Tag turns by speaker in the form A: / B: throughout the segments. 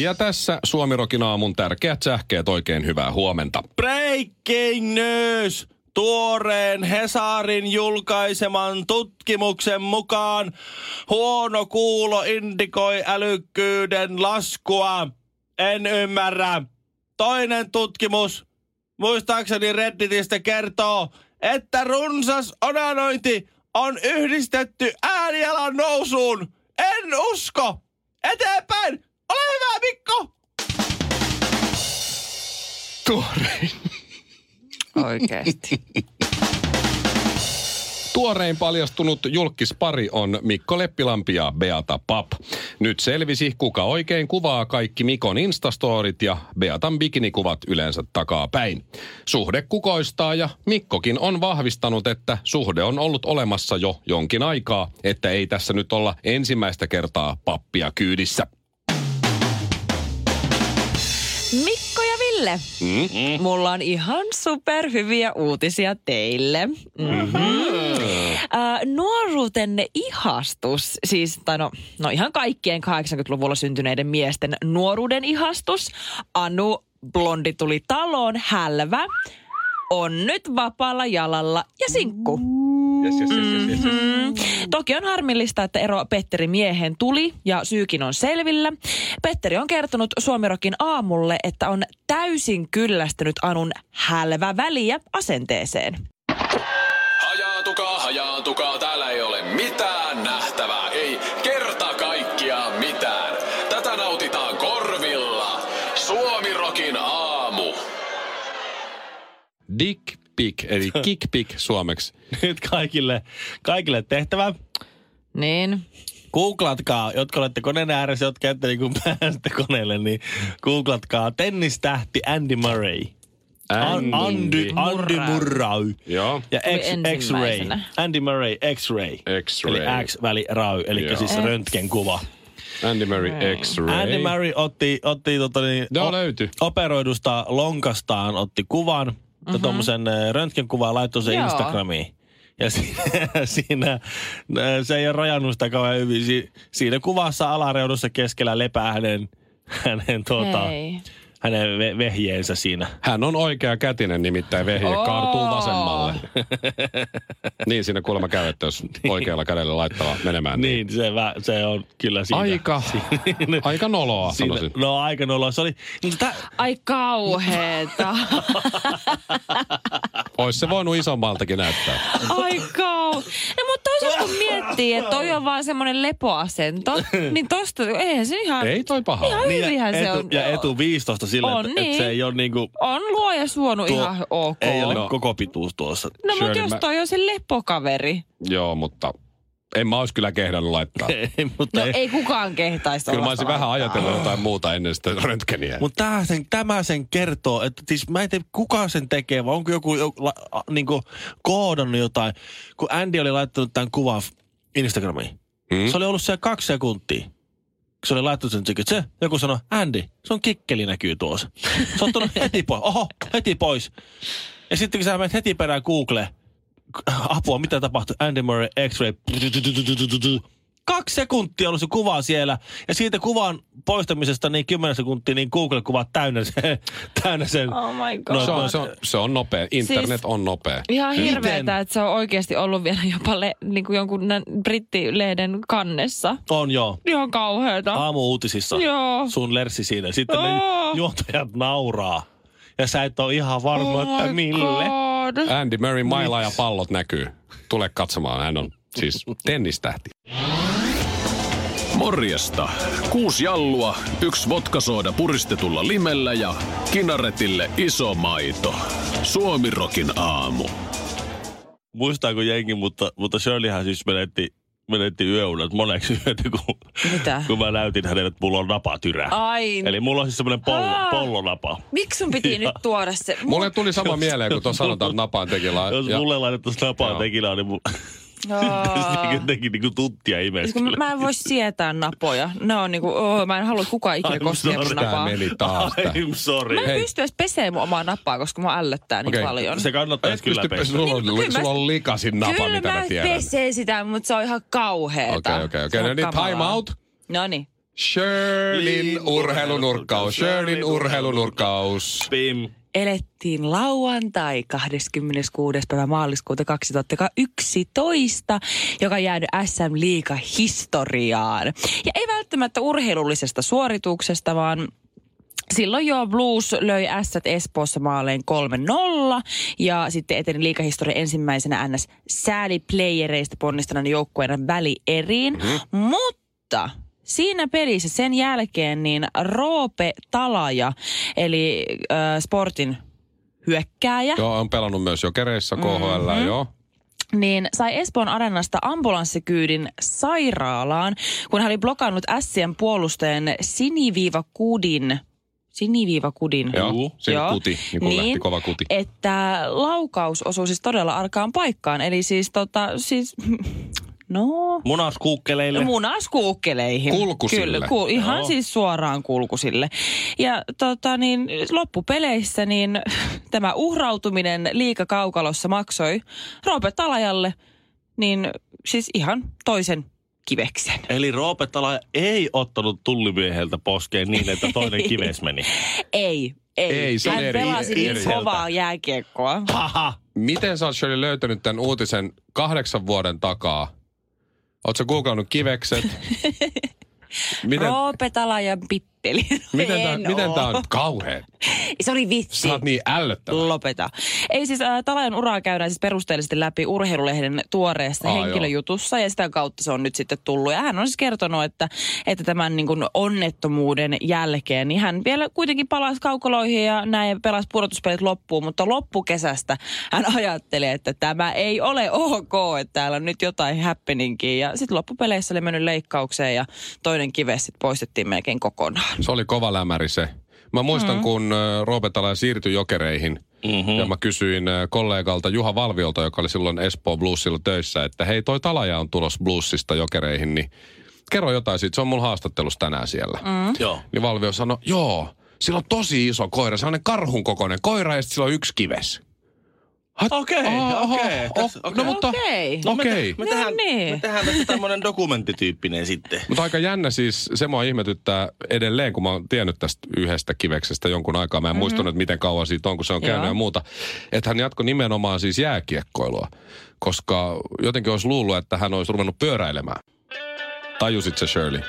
A: Ja tässä Suomirokin aamun tärkeät sähkeet. Oikein hyvää huomenta.
B: Breaking news! Tuoreen Hesarin julkaiseman tutkimuksen mukaan huono kuulo indikoi älykkyyden laskua. En ymmärrä. Toinen tutkimus, muistaakseni Redditistä kertoo, että runsas onanointi on yhdistetty äänialan nousuun. En usko! Eteenpäin! Ole hyvä, Mikko!
A: Tuorein.
C: Oikeesti.
A: Tuorein paljastunut julkispari on Mikko Leppilampi ja Beata Pap. Nyt selvisi, kuka oikein kuvaa kaikki Mikon instastorit ja Beatan bikinikuvat yleensä takapäin. Suhde kukoistaa ja Mikkokin on vahvistanut, että suhde on ollut olemassa jo jonkin aikaa, että ei tässä nyt olla ensimmäistä kertaa pappia kyydissä.
C: Mikko ja Ville, mm-hmm. mulla on ihan superhyviä uutisia teille. Mm-hmm. Äh, nuoruutenne ihastus, siis tai no, no ihan kaikkien 80-luvulla syntyneiden miesten nuoruuden ihastus, Anu Blondi tuli taloon, hälvä, on nyt vapaalla jalalla ja sinkku.
A: Yes, yes, yes, yes, yes, yes.
C: Mm. Toki on harmillista, että ero Petteri miehen tuli ja syykin on selvillä. Petteri on kertonut Suomirokin aamulle, että on täysin kyllästynyt Anun hälvä väliä asenteeseen.
D: Hajaantukaa, hajaantukaa, täällä ei ole mitään nähtävää, ei kerta kaikkiaan mitään. Tätä nautitaan korvilla. Suomirokin aamu.
A: Dick pic, eli kick pic suomeksi.
B: Nyt kaikille, kaikille tehtävä.
C: Niin.
B: Googlatkaa, jotka olette koneen ääressä, jotka ette niin päästä koneelle, niin googlatkaa tennistähti Andy Murray. An- Andy, Andy Murray.
A: Joo.
B: Ja
C: Tuli
B: X, X-ray.
C: ensimmäisenä.
B: Andy Murray, X-ray.
A: X-ray.
B: Eli X väli Ray, eli
A: Joo.
B: siis röntgenkuva.
A: Andy Murray X-ray.
B: Andy Murray otti, otti tota niin,
A: Joo, löytyi.
B: operoidusta lonkastaan otti kuvan mm-hmm. ja tuommoisen röntgenkuvan laittoi sen
C: Mhm. Joo.
B: Instagramiin. Ja siinä, siinä ö, se ei ole rajannut sitä kauhean hyvin. Si, siinä kuvassa alareudussa keskellä lepää hänen, hänen, tuota,
C: Hei.
B: hänen ve, vehjeensä siinä.
A: Hän on oikea kätinen, nimittäin vehje
C: Oo.
A: kaartuu vasemmalle. niin siinä kuulemma käy, että jos oikealla kädellä laittaa menemään. Niin.
B: Niin, se, vä, se on kyllä siinä.
A: Aika, aika noloa,
B: Siinä,
A: sanoisin.
B: no aika noloa. Se oli, mutta tää-
C: Ai kauheeta.
A: Ois se voinut isommaltakin näyttää.
C: Ai kau. No mutta toisaalta kun miettii, että toi on vaan semmoinen lepoasento, niin tosta, eihän se ihan...
A: Ei toi paha. ole.
C: Ihan hyvihän
B: Niin, ja
C: se
B: etu,
C: on.
B: Ja etu 15 sillä,
C: On,
B: että, että
C: niin.
B: se ei ole niinku...
C: On luo ja suonu
B: Tuo-
C: ihan ok.
B: Ei ole
A: No.
B: koko pituus tuossa.
C: No mutta
A: Shirley,
C: jos
A: mä-
C: toi on se lepokaveri.
A: Joo, mutta en mä ois kyllä kehdannut laittaa.
B: Ei, mutta
C: No
B: ei.
C: ei kukaan kehtaisi
A: Kyllä mä
C: tollasta
A: olisin vähän
C: laittaa.
A: ajatellut jotain muuta ennen sitä röntgeniä.
B: Mutta tämä sen, tämä sen kertoo, että siis mä en tiedä kuka sen tekee, vai onko joku, joku la, a, niinku, koodannut jotain. Kun Andy oli laittanut tämän kuvan f- Instagramiin,
A: Hmm?
B: se oli ollut siellä kaksi sekuntia. Kun Se oli laittanut sen tsekin, se, joku sanoi, Andy, sun kikkeli näkyy tuossa. Se on tullut heti pois, oho, heti pois. Ja sitten kun sä menet heti perään Google, apua, mitä tapahtui, Andy Murray X-ray. Kaksi sekuntia ollut se kuva siellä, ja siitä kuvan poistamisesta niin 10 sekuntia, niin Google-kuvat täynnä sen. Täynnä sen.
C: Oh my god.
B: No,
A: Se on, se, on, se on nopea. Internet
C: Siis-
A: on nopea.
C: Ihan
B: Miten?
C: hirveetä, että se on oikeasti ollut vielä jopa le, niin kuin jonkun nä- brittilehden kannessa.
B: On joo.
C: Ihan kauheeta.
B: Aamu-uutisissa
C: Joo. Oh.
B: sun lersi siinä. Sitten ne
C: Joo.
B: juontajat nauraa. Ja sä et ole ihan varma,
C: Oh
B: että
C: my
B: mille.
C: God.
A: Andy Murray, maila ja pallot näkyy. Tule katsomaan, hän on siis tennistähti.
D: Morjesta. Kuusi jallua, yksi vodkasooda puristetulla limellä ja kinaretille iso maito. Suomirokin aamu.
B: muistaako jengi, mutta, mutta Shirleyhän siis menetti menettiin yöunet moneksi yötä, kun,
C: Mitä?
B: kun mä näytin hänelle, että mulla on napatyrä.
C: Ai.
B: Eli mulla on siis semmoinen pollo,
C: Ah.
B: pollonapa.
C: Miksi sun piti nyt tuoda se?
A: Mulle tuli sama mieleen, kun tuossa sanotaan, että napaan tekilaa.
B: Jos
A: Ja-
B: mulle laitettaisiin napaa
A: Joo.
B: tekilaa, niin mulla
C: Aa.
B: jotenkin niinku tuttia
C: Kun mä-
B: imeskelee.
C: mä en voi sietää napoja. Ne on niinku, oh, mä en halua että kukaan ikinä
B: I'm
C: koskee mun
B: sorry.
A: Tää
C: napaa.
A: meni taas. tää.
B: I'm sorry.
C: Mä en
A: Hei.
C: pysty edes pesee mun omaa napaa, koska mua ällöttää niin
A: Okei.
C: paljon.
B: Se kannattaisi
A: Et
B: kyllä
A: pysty,
B: pestä.
A: sulla, on,
C: Niin, kyllä mä-
A: sulla on likasin napa,
C: Kyllä
A: mitä
C: mä
A: mä tiedän.
C: pesee sitä, mutta se on ihan kauheeta.
A: Okei, okei, okei. No niin, time out.
C: Noniin.
A: Shirlin
B: Niin.
A: urheilunurkkaus, Shirlin urheilunurkkaus.
B: Pim.
C: elettiin lauantai 26. päivä maaliskuuta 2011, joka on jäänyt SM Liiga historiaan. Ja ei välttämättä urheilullisesta suorituksesta, vaan Silloin jo Blues löi ässät Espoossa maaleen 3-0 ja sitten eteni liikahistorian ensimmäisenä ns. sääliplayereista ponnistaneen joukkueena välieriin. Mm-hmm. Mutta siinä pelissä sen jälkeen niin Roope Talaja, eli äh, sportin hyökkääjä,
A: Joo, on pelannut myös jokereissa KHL, joo.
C: niin sai Espoon arenasta ambulanssikyydin sairaalaan, kun hän oli blokannut Sien puolustajan siniviivakudin, siniviivakudin,
A: Joo, siinä
C: Joo.
A: kuti, niin kuin lähti kova kuti.
C: että laukaus osui siis todella arkaan paikkaan. Eli siis tota, siis, no,
B: Munaskuukkeleille.
C: munaskuukkeleihin.
A: Kulkusille.
C: Kyllä, ku, ihan siis suoraan kulkusille. Ja tota, niin, loppupeleissä niin, tämä uhrautuminen liikakaukalossa maksoi Roope Talajalle niin, siis ihan toisen kiveksen.
B: Eli Roope Tala ei ottanut tullimieheltä poskeen niin, että toinen kives meni.
C: Ei, ei.
A: Ei, se on
C: Hän
A: eri-
C: pelasi
B: eri-
C: niin
B: eri-
C: kovaa jääkiekkoa.
B: Haha.
A: Miten sä oot Shirley löytänyt tämän uutisen kahdeksan vuoden takaa? Oletko googlannut kivekset? Miten,
C: Roope Talajan pippeli.
A: miten, tää,
C: No En
A: miten
C: oo.
A: tää on kauhea?
C: Se oli vitsi.
A: Sä oot niin ällöttävä.
C: Lopeta. Ei siis äh, Talajan uraa käydään siis perusteellisesti läpi urheilulehden tuoreessa
A: Aa,
C: Aa, henkilöjutussa ja sitä kautta se on nyt sitten tullut. Ja hän on siis kertonut, että, että tämän niin kuin onnettomuuden jälkeen, niin hän vielä kuitenkin palasi kaukoloihin ja näin ja pelasi pudotuspelit loppuun, mutta loppukesästä hän ajattelee, että tämä ei ole ok, että täällä on nyt jotain happeningia. Ja sitten loppupeleissä oli mennyt leikkaukseen ja toinen kives sitten poistettiin melkein kokonaan.
A: Se oli kova lämäri se. Mä muistan, mm-hmm. kun ö, Roope Tala siirtyi jokereihin. Mm-hmm. Ja mä kysyin ö, kollegalta Juha Valviolta, joka oli silloin Espoo Bluesilla töissä, että hei toi Talaja on tulos Bluesista jokereihin, niin kerro jotain siitä. Se on mun haastattelussa tänään siellä.
C: Hm?
A: Mm-hmm.
B: Joo.
A: Niin Valvio sanoi, joo, sillä on tosi iso koira, sellainen karhun kokoinen koira ja sitten sillä on yksi kives. Hat-
B: Okei,
A: Aha, aha,
B: okei,
A: o-
B: tässä- okei.
A: No mutta,
C: Okei.
B: No me te-
A: okei.
B: Me,
C: No
B: tehdään,
C: niin.
B: me tehdään tästä tämmönen dokumenttityyppinen sitten.
A: Mutta aika jännä siis, se mua ihmetyttää edelleen, kun mä oon tiennyt tästä yhdestä kiveksestä jonkun aikaa. Mä en mm-hmm. muistanut, että miten kauan siitä on, kun se on käynyt
C: Mhm. Joo.
A: ja muuta. Että hän jatkoi nimenomaan siis jääkiekkoilua, koska jotenkin olisi luullut, että hän olisi ruvennut pyöräilemään. Tajusit se Shirley,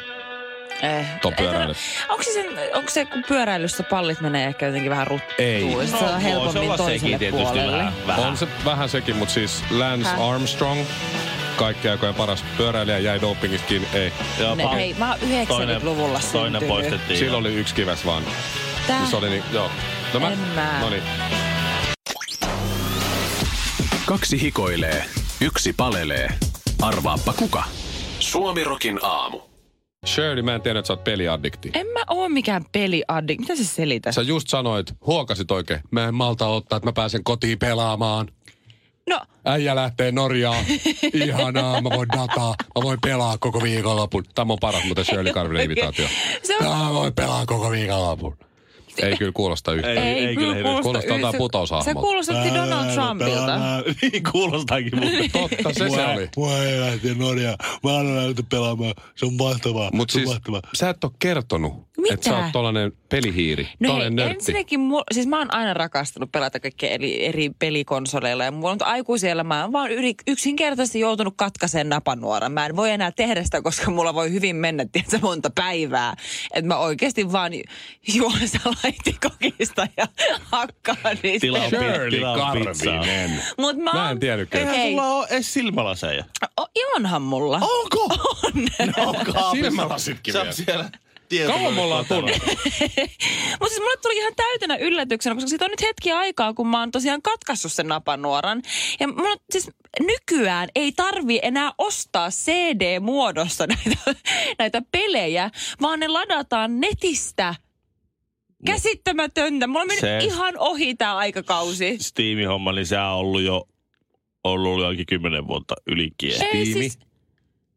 C: Eh,
A: ton pyöräilyn?
C: Onko se, sen, onko se, kun pyöräilyssä pallit menee ehkä jotenkin vähän ruttuun?
A: Ei.
C: Niin Se on
B: voi No, se
C: helpommin
B: olla
C: toiselle
B: sekin tietysti
C: puolelle.
B: vähän. vähän.
A: On se vähän sekin, mutta siis Lance
C: Häh?
A: Armstrong, kaikki aikojen paras pyöräilijä, jäi dopingista kiinni. Ei,
B: Joo,
C: Ne,
B: pa-
C: hei, mä oon 90-luvulla
B: Toinen
C: syntynyt.
B: poistettiin.
A: sillä oli yksi kives vaan.
C: Tää-
A: Niin Se oli niin, joo. No
C: Äh. En mä.
A: No niin.
D: Kaksi hikoilee, yksi palelee. Arvaappa kuka? Suomirokin aamu.
A: Shirley, mä en tiedä, että sä oot peliaddikti.
C: En mä oo mikään peliaddik. Mitä sä selität?
A: Sä just sanoit, huokasit oikein, mä en malta ottaa, että mä pääsen kotiin pelaamaan.
C: No,
A: Äijä lähtee Norjaan. Ihanaa, mä voin dataa. Mä voin pelaa koko viikonlopun. Tämä on paras muuten Shirley Karvinen imitaatio.
C: se on...
A: Mä voin pelaa koko viikonlopun. Ei kyllä kuulosta yhtään.
B: Ei, ei kyllä hirveästi.
A: Kuulostaa
C: yli-
A: jotain
C: se-
A: putoushahmolta.
C: Se kuulosti Donald Trumpilta.
B: niin kuulostaakin mutta.
A: Totta se se oli.
E: Mua ei lähtee Norjaa. Mä annan näytä pelaamaan. Se on mahtavaa.
A: Mutta
E: se on
A: siis
E: mahtavaa.
A: sä et ole kertonut,
C: Mitä?
A: että sä oot tollanen pelihiiri.
C: No hei,
A: tollanen nörtti.
C: ensinnäkin, mu- siis mä oon aina rakastanut pelata kaikkea eri, eri pelikonsoleilla ja mulla on aikuisella, mä oon vaan yri, yksinkertaisesti joutunut katkaiseen napanuoran. Mä en voi enää tehdä sitä, koska mulla voi hyvin mennä, tiedätkö, monta päivää. Että mä oikeasti vaan juon salaitikokista ja hakkaan niistä.
B: Tilaa
A: Shirley Karvinen.
C: Mut mä,
A: Mä en tiennytkään.
B: Eihän
C: Ei.
B: sulla ole edes silmälaseja.
C: O, onhan mulla.
B: Onko? On. No, kaapissa.
A: Silmälasitkin
B: Sä
A: vielä.
B: oot siellä
F: tietokone-
A: Kauan me ollaan
F: kotona.
A: tunnettu.
C: Mutta siis mulle tuli ihan täytenä yllätyksenä, koska siitä on nyt hetki aikaa, kun mä oon tosiaan katkaissut sen napanuoran. Ja mulla siis nykyään ei tarvi enää ostaa CD-muodossa näitä, näitä pelejä, vaan ne ladataan netistä. Käsittämätöntä. Mulla on mennyt
B: Mm. Se-
C: ihan ohi tämä aikakausi.
B: Steam-homma, niin sä on ollut jo ollut jokin kymmenen vuotta ylikin.
C: Ei siis,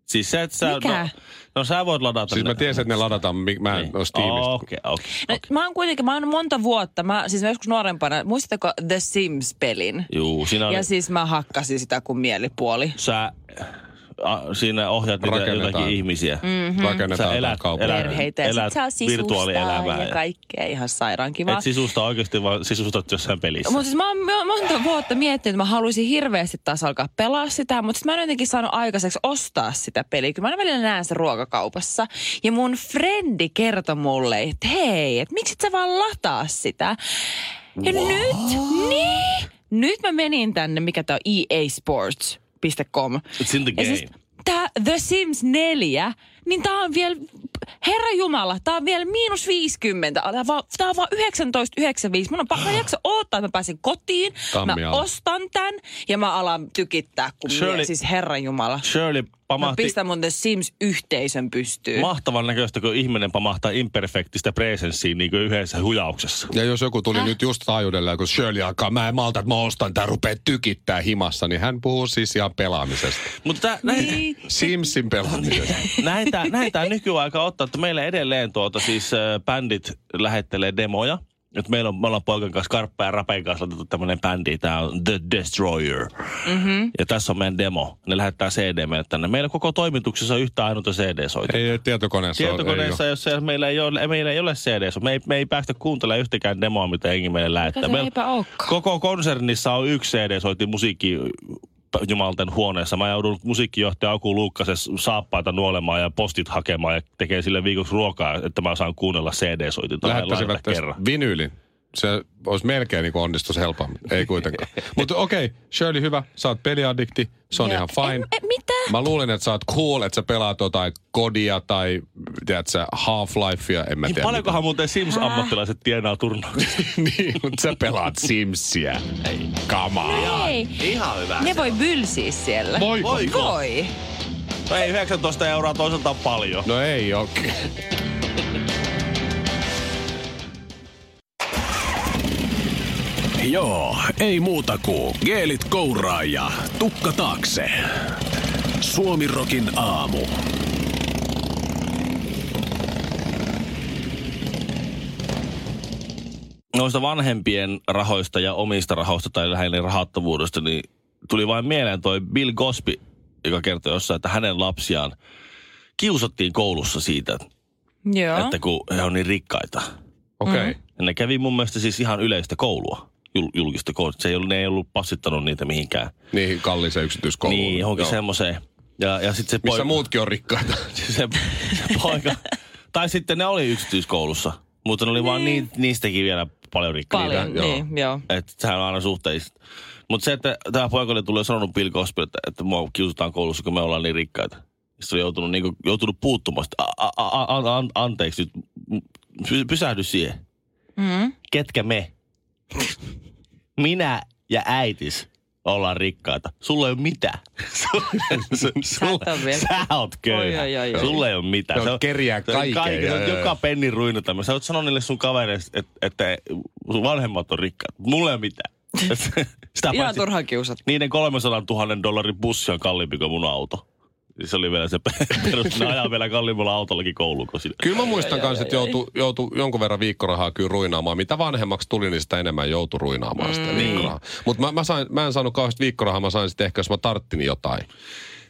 B: Siis sä et sä...
C: Mikä?
B: No, no sä voit ladata Niin. Oh,
A: Siis mä tiesin, että ne ladataan, mi- mä en ole Steamista.
B: Okei, okei.
C: no, mä oon kuitenkin, mä oon monta vuotta, mä, siis mä joskus nuorempana, muistatteko The Sims-pelin?
B: Juu, siinä on...
C: Ja siis mä hakkasin sitä kuin mielipuoli.
B: Sä... A, siinä ohjaat niitä
A: Rakennetaan.
B: jotakin ihmisiä. Mm.
A: Rakennetaan
B: Sä
A: elät,
B: elät-
A: kaupunki.
B: elät-
C: perheitä ja sit
B: elät
C: saa sisustaa
B: virtuaalielämää
C: ja
B: ja-
C: kaikkea ihan sairaan kivaa.
B: Et siis- sisusta oikeasti vaan sisustat jossain pelissä.
C: Mutta siis mä oon mä oon monta vuotta miettinyt, että mä haluaisin hirveästi taas alkaa pelaa sitä, mutta sit mä en jotenkin saanut aikaiseksi ostaa sitä peliä. Kyllä mä aina välillä näen sen ruokakaupassa. Ja mun frendi kertoi mulle, että hei, että miksi et sä vaan lataa sitä? Ja nyt, niin, nyt mä menin tänne, mikä tää on E EA Sports.com.
B: It's in the
C: Ja
B: game.
C: siis tää The Sims 4, niin tää on vielä, herra jumala, tää on vielä miinus 50. Tää on vaan, tää on vaan 19,95. Mun on pakko
B: Ah.
C: mä en jaksa odottaa, että mä pääsen kotiin.
A: Tammialla.
C: Mä ostan tän ja mä alan tykittää, kun Shirley.
B: Shirley-
C: Mie, siis herra jumala.
B: Shirley
C: Mä
B: pamahti
C: pistän mun The Sims-yhteisön pystyyn.
B: mahtavan näköistä, kun ihminen pamahtaa imperfektistä presenssiin niin kuin yhdessä hujauksessa.
A: Ja jos joku tuli nyt just taajuudella, kun Shirley alkaa, mä en malta, että mä ostan tää, rupee tykittää himassa, niin hän puhuu siis ihan pelaamisesta.
B: Mutta tää, näitä,
C: niin.
A: Simsin pelaamisesta.
B: näitä, näitä nykyaika ottaa, että meillä edelleen tuota, siis äh, bändit lähettelee demoja. Nyt meillä on, me ollaan poikan kanssa, Karppa ja Rapen kanssa laitettu tämmönen bändi, tää on The Destroyer. Mm-hmm. Ja tässä on meidän demo. Ne lähettää CD meille tänne. Meillä koko toimituksessa on yhtä ainutta CD-soita.
A: Ei ole tietokoneessa.
B: Tietokoneessa, jos siellä meillä ei ole, meillä ei ole CD, me ei, me ei päästä kuuntelemaan yhtäkään demoa, mitä jengi meille lähettää.
C: Kato,
B: Meillä-
C: eipä olekaan.
B: koko konsernissa on yksi CD, soitti musiikki äh, jumalten huoneessa. Mä joudun musiikkijohtaja Aku Luukkasen saappaita nuolemaan ja postit hakemaan ja tekee sille viikoksi ruokaa, että mä saan kuunnella CD-soitinta. tai
A: Lähettäisivät
B: laittaa
A: tästä vinyylin. Se olisi melkein niin onnistus helpommin. Ei kuitenkaan. Mutta okei, okay, Shirley, hyvä. Sä oot peliaddikti. Se on
C: Ja-
A: ihan fine.
C: En- en- mitä?
A: Mä luulen, että sä oot cool, että sä pelaat jotain kodia tai tiedätkö, Half-Lifea, en mä
B: Niin
A: tiedä.
B: paljonkohan muuten Sims-ammattilaiset tienaa turnauksia?
A: mitä. niin, mutta sä pelaat Simsiä. Ei, come on.
C: Ei,
F: Ihan hyvä.
C: ne voi bylsiä siellä.
A: Voiko?
C: Voi.
B: No ei 19 euroa toisaalta on paljon.
A: No ei oo. Okay.
D: Joo, ei muuta kuin geelit kouraa ja tukka taakse. Suomirokin aamu.
B: noista vanhempien rahoista ja omista rahoista tai lähinnä rahattomuudesta, niin tuli vain mieleen toi Bill Cosby, joka kertoi jossain, että hänen lapsiaan kiusattiin koulussa siitä,
C: Joo.
B: että kun he on niin rikkaita.
A: Okei. Okay.
C: Mm-hmm.
A: Mm.
B: Ja ne kävi mun mielestä siis ihan yleistä koulua, jul- julkista koulua. Se ei ollut, ne ei ollut passittanut niitä mihinkään.
A: Niin kalliiseen yksityiskouluun.
B: Niin, johonkin
A: Joo.
B: semmoiseen. Ja, ja sitten se
A: Missä
B: poika-
A: muutkin on rikkaita.
B: se, se poika. tai sitten ne oli yksityiskoulussa, mutta ne oli niin. vaan ni, niistäkin vielä paljon rikkaita.
C: Paljon,
A: joo.
C: niin, joo.
B: Että sehän on aina suhteista. Mutta se, että tämä poika oli tullut sanonut Bill Cosby, että, että mua kiusataan koulussa, kun me ollaan niin rikkaita. Sitten on joutunut, niin kuin, joutunut puuttumaan. Sitten, a, a, a, an, an, anteeksi nyt, M- py, pysähdy siihen. Mm.
C: Mm-hmm.
B: Ketkä me? Minä ja äitis ollaan rikkaita. Sulla ei ole mitään.
C: Sä et oo vielä-
B: Sä oot köyhä.
C: Oi, oi, oi, oi.
B: Sulla ei ole mitään.
A: No,
B: Sä oot-
A: kerjää
B: sä oot
A: kaiken,
B: kaiken.
A: joo,
B: Sä oot
A: joo,
B: joka
A: joo.
B: penni ruinata. Sä oot sanonut niille sun kavereille, että, että sun vanhemmat on rikkaat. Mulla ei ole mitään. Sitä
C: Ihan
B: paitsi
C: turhaan kiusat.
B: niiden 300 000 dollarin bussi on kalliimpi kuin mun auto. Siis Se oli vielä se perus. Ne ajaa vielä kalliimmalla autollakin kouluun kuin sinne.
A: Kyllä mä muistan kanssa, että joutui, joutui jonkun verran viikkorahaa kyllä ruinaamaan. Mitä vanhemmaksi tuli, niin sitä enemmän joutui ruinaamaan sitä mm, viikkorahaa. Mutta mä, mä, sain, mä en saanut kauheasti viikkorahaa, mä sain sitten ehkä, jos mä tarttin jotain.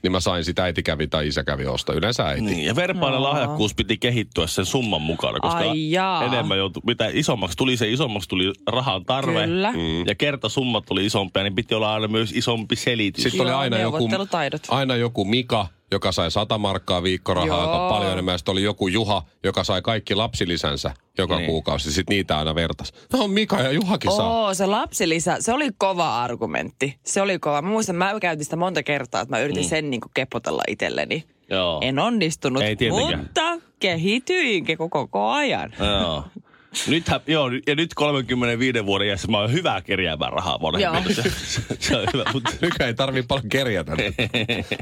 A: Niin mä sain sitä äiti kävi tai isä kävi ostaa. Yleensä äiti.
B: Niin, ja verbainen no. lahjakkuus piti kehittyä sen summan mukana, koska
C: Ai jaa.
B: enemmän joutui, mitä isommaksi tuli, se isommaksi tuli rahan tarve.
C: Kyllä.
B: Mm. Ja kertasummat oli isompia, niin piti olla aina myös isompi selitys.
A: Sitten oli
C: Joo,
A: aina joku,
C: neuvottelutaidot.
A: aina joku Mika, joka sai 100 markkaa viikkorahaa,
C: Joo.
A: joka paljon enemmän. Sitten oli joku Juha, joka sai kaikki lapsilisänsä joka niin. kuukausi. Sitten niitä aina vertas. No Mika ja Juhakin saa.
C: Oo, se lapsilisä, se oli kova argumentti. Se oli kova. Mä muistan, mä käytin sitä monta kertaa, että mä yritin mm. sen niin kuin kepotella niinku itselleni.
B: Joo.
C: En onnistunut,
B: Ei tietenkään.
C: mutta kehityinkin koko ajan.
B: Joo. Nythän, joo, ja nyt 35 vuoden iässä mä oon hyvä kerjäämään rahaa vanhemmille.
C: Joo.
B: Se, se on hyvä, mutta
A: Nykä ei tarvii paljon kerjätä.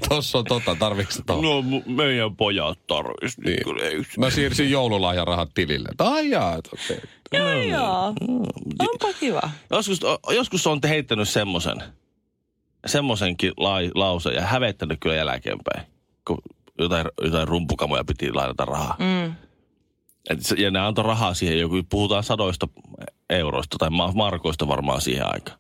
A: Tossa on tota, tarviiks tota?
B: no, mu- meidän pojat tarvis niin.
A: Niin.
B: kyllä yksi.
A: Mä siirsin joululahjarahat tilille. Ai jaa, et okei.
B: No
C: Joo,
B: niin.
C: joo.
B: Mm.
C: Onpa kiva.
B: Joskus, o- joskus on heittänyt semmoisen, semmoisenkin lai, lause ja hävettänyt kyllä jälkeenpäin, kun jotain, jotain rumpukamoja piti lainata rahaa.
C: Mm.
B: Et se- Ja ne antoi rahaa siihen, joku, puhutaan sadoista euroista tai ma- markoista varmaan siihen aikaan.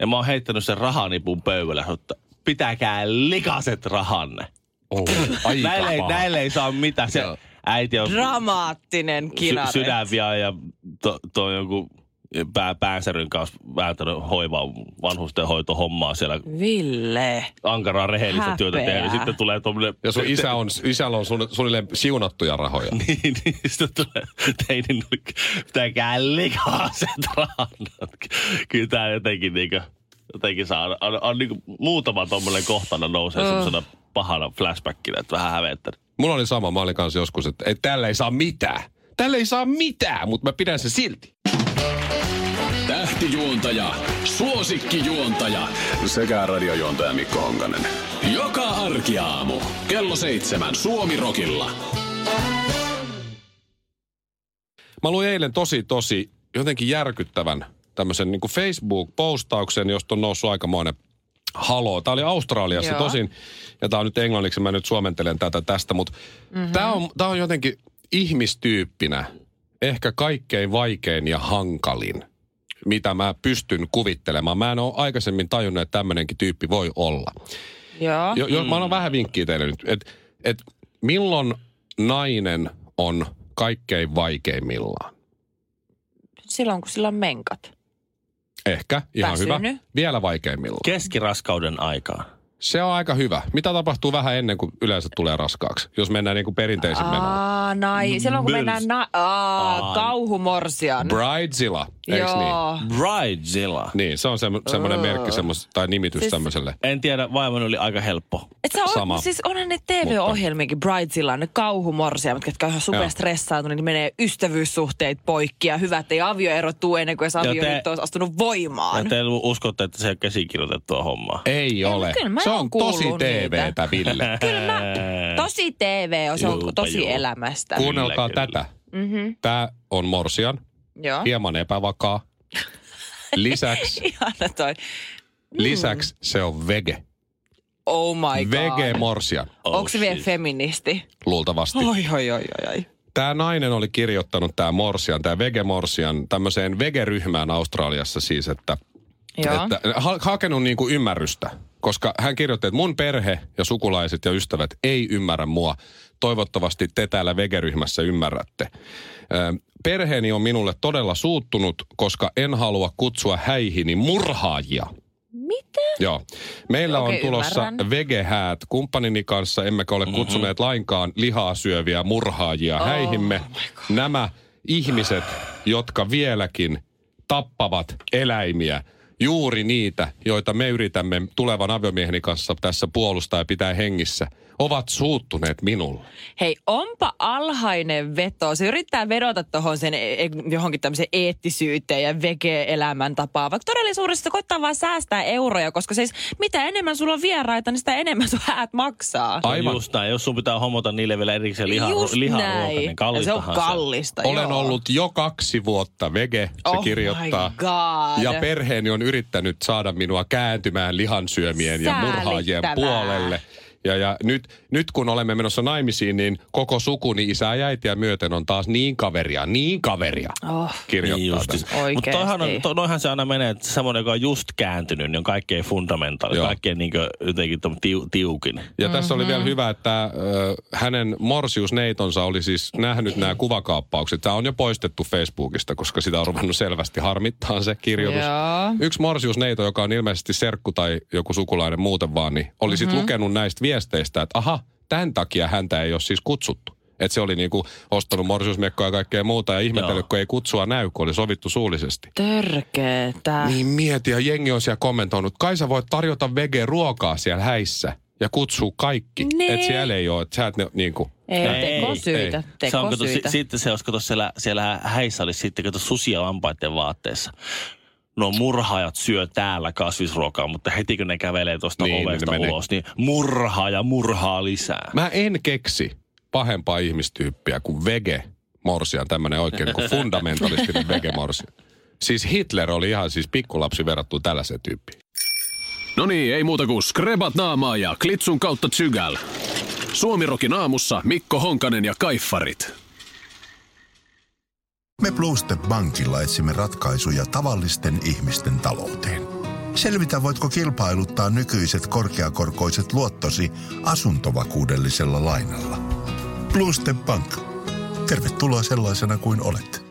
B: Ja mä oon heittänyt sen rahanipun pöydälle, että pitäkää likaset rahanne.
A: Oh, aika
B: Näille, ei-
A: paha.
B: näille ei saa mitään. Se
A: Joo.
B: äiti on
C: Dramaattinen kinaret.
B: sydänvia ja to, to joku pää, päänsäryn kanssa vääntänyt hoivaa vanhustenhoitohommaa siellä
C: Ville.
B: ankaraa rehellistä
C: Häpeää.
B: työtä tehnyt. Sitten tulee tuommoinen...
A: Ja sun isä on, isällä on sun, suunnilleen siunattuja rahoja.
B: Niin, niin, sitten tulee teinin nurkka. Pitäkää likaa sen rannat. Kyllä tää jotenkin niinku, jotenkin saa, on, on, on niinku muutama tommonen kohtana nousee uh. semmosena pahana flashbackina, että vähän hävettänyt.
A: Mulla oli sama, mä olin kanssa joskus, että ei, tällä ei saa mitään. Tällä ei saa mitään, mutta mä pidän se silti.
D: Tähtijuontaja, suosikkijuontaja sekä radiojuontaja Mikko Honkanen. Joka arkiaamu kello seitsemän Suomi Rokilla.
A: Mä luin eilen tosi, tosi jotenkin järkyttävän tämmöisen niin Facebook-postauksen, josta on noussut aikamoinen haloo. Tämä oli Australiassa
C: Joo.
A: tosin, ja tämä on nyt englanniksi, mä nyt suomentelen tätä tästä, mutta mm-hmm. tämä, on, tämä on jotenkin ihmistyyppinä ehkä kaikkein vaikein ja hankalin, mitä mä pystyn kuvittelemaan. Mä en ole aikaisemmin tajunnut, että tämmöinenkin tyyppi voi olla.
C: Joo.
A: Jo, jo, mä annan vähän vinkkiä teille nyt, että et milloin nainen on kaikkein vaikeimmillaan?
C: Silloin kun sillä on menkat.
A: Ehkä, ihan
C: Väsynyt.
A: hyvä. Vielä vaikeimmillaan.
B: Keskiraskauden aikaan.
A: Se on aika hyvä. Mitä tapahtuu vähän ennen kuin yleensä tulee raskaaksi, jos mennään niin kuin perinteisen menoon?
C: Aa, nai. Silloin kun
B: Böls.
C: mennään na- Aa,
B: Aa.
C: kauhumorsian.
A: Bridezilla, eikö niin?
C: Joo.
B: Bridezilla.
A: Niin, se on se, semmoinen merkki semmos, tai nimitys siis,
C: Siis-
A: tämmöiselle.
B: En tiedä, vaimon oli aika helppo.
C: Et sä
A: Sama.
C: oot, siis onhan ne TV-ohjelmiakin, Bridesilla on ne kauhumorsia, mutta ketkä on ihan
A: Joo.
C: super stressaantuneet, niin menee ystävyyssuhteet poikki ja hyvä, ettei avioero tuu ennen kuin edes avioliitto olisi astunut
B: Ja
C: voimaan.
B: te uskotte, että se on käsikirjoitettua hommaa.
A: Ei ole.
C: mut kyllä mä
A: se
C: oon
A: on tosi
C: kuullut
A: TVtä, Ville.
C: Kyllä mä, tosi TV on, se
B: Juupa
C: on tosi
B: juu.
C: elämästä.
A: Kuunnelkaa
B: kyllä.
A: tätä.
C: Mhm.
A: Mm-hmm. Tämä on morsian,
C: Joo.
A: hieman epävakaa. Lisäksi
C: Ihana toi.
A: Lisäksi se on vege.
C: Oh my
A: Vege
C: god.
A: morsia,
C: Oh, Onko se vielä feministi?
A: luultavasti.
C: Oi, oi, oi, oi, oi.
A: Tämä nainen oli kirjoittanut tämä morsian, tämä vege morsian, tämmöiseen vegeryhmään Australiassa siis, että,
C: Joo.
A: että ha- hakenut niinku ymmärrystä. Koska hän kirjoitti, että mun perhe ja sukulaiset ja ystävät ei ymmärrä mua. Toivottavasti te täällä vegeryhmässä ymmärrätte. Ö, Perheeni on minulle todella suuttunut, koska en halua kutsua häihini murhaajia.
C: Mitä?
A: Joo. Meillä
C: Okei,
A: on tulossa
C: ymmärrän.
A: vegehäät kumppanini kanssa, emmekä ole kutsuneet lainkaan lihaa syöviä murhaajia oh, häihimme. Nämä ihmiset, jotka vieläkin tappavat eläimiä, juuri niitä, joita me yritämme tulevan aviomieheni kanssa tässä puolustaa ja pitää hengissä, ovat suuttuneet minulle.
C: Hei, onpa alhainen veto. Se yrittää vedota tohon sen, e- johonkin tämmöiseen eettisyyteen ja vege-elämän tapaan. Vaikka todellisuudessa koittaa vaan säästää euroja, koska siis mitä enemmän sulla on vieraita, niin sitä enemmän sun häät maksaa.
B: Aivan.
A: Aivan.
B: Just näin. Jos sun pitää homota niille vielä erikseen liha,
C: Just
B: liharuoka,
C: näin.
B: niin
C: Ja se on
B: kallistahan
C: kallista,
A: Olen
C: joo.
A: ollut jo kaksi vuotta vege, se
C: Oh my
A: kirjoittaa.
C: God.
A: Ja perheeni on yrittänyt saada minua kääntymään lihansyömien ja murhaajien
C: Säälittävää.
A: puolelle. Ja, ja nyt, nyt kun olemme menossa naimisiin, niin koko sukuni isä ja äitiä myöten on taas niin kaveria, niin kaveria,
C: Oh.
B: Niin
A: kirjoittaa
B: justi.
A: niin
C: Oikeesti.
B: Mutta toihan on, to, noihan se aina menee, että semmoinen, joka on just kääntynyt, niin on kaikkein fundamentaali,
A: Joo.
B: kaikkein niin jotenkin tom- tiu, tiukin.
A: ja tässä oli vielä hyvä, että ö, hänen morsiusneitonsa oli siis nähnyt nämä kuvakaappaukset. Tämä on jo poistettu Facebookista, koska sitä on ruvennut selvästi harmittaa se kirjoitus.
C: Joo.
A: Yksi morsiusneito, joka on ilmeisesti serkku tai joku sukulainen muuten vaan, niin oli sitten lukenut näistä viesteistä, että aha, tämän takia häntä ei ole siis kutsuttu. Että se oli niinku ostanut morsiusmekkoa ja kaikkea muuta ja ihmetellyt,
B: Joo.
A: kun ei kutsua näy, kun oli sovittu suullisesti.
C: Törkeetä.
A: Niin mieti, ja jengi on siellä kommentoinut, kai sä voit tarjota vege-ruokaa siellä häissä ja kutsuu kaikki.
C: Niin.
A: Että siellä ei ole, että sä et ne, niinku,
C: Ei,
B: Ei,
C: tekosyitä.
B: Se on, kato, si-
C: Tekosyitä.
B: sitten se olisi, kato, siellä, siellä häissä olisi sitten, kato, susia lampaiden vaatteessa. No murhaajat syö täällä kasvisruokaa, mutta heti kun ne kävelee tuosta
A: Niin,
B: niin, ovesta
A: ne menee.
B: ulos, niin murhaaja murhaa lisää.
A: Mä en keksi pahempaa ihmistyyppiä kuin vege morsian, tämmöinen oikein niin kuin fundamentalistinen vege morsian. Siis Hitler oli ihan siis pikkulapsi verrattuna tällaiseen tyyppiin.
D: No niin, ei muuta kuin skrebat naamaa ja klitsun kautta tsygäl. Suomirokin aamussa Mikko Honkanen ja Kaiffarit.
G: Me Bluestep Bankilla etsimme ratkaisuja tavallisten ihmisten talouteen. Selvitä, voitko kilpailuttaa nykyiset korkeakorkoiset luottosi asuntovakuudellisella lainalla. Bluestep Bank. Tervetuloa sellaisena kuin olet.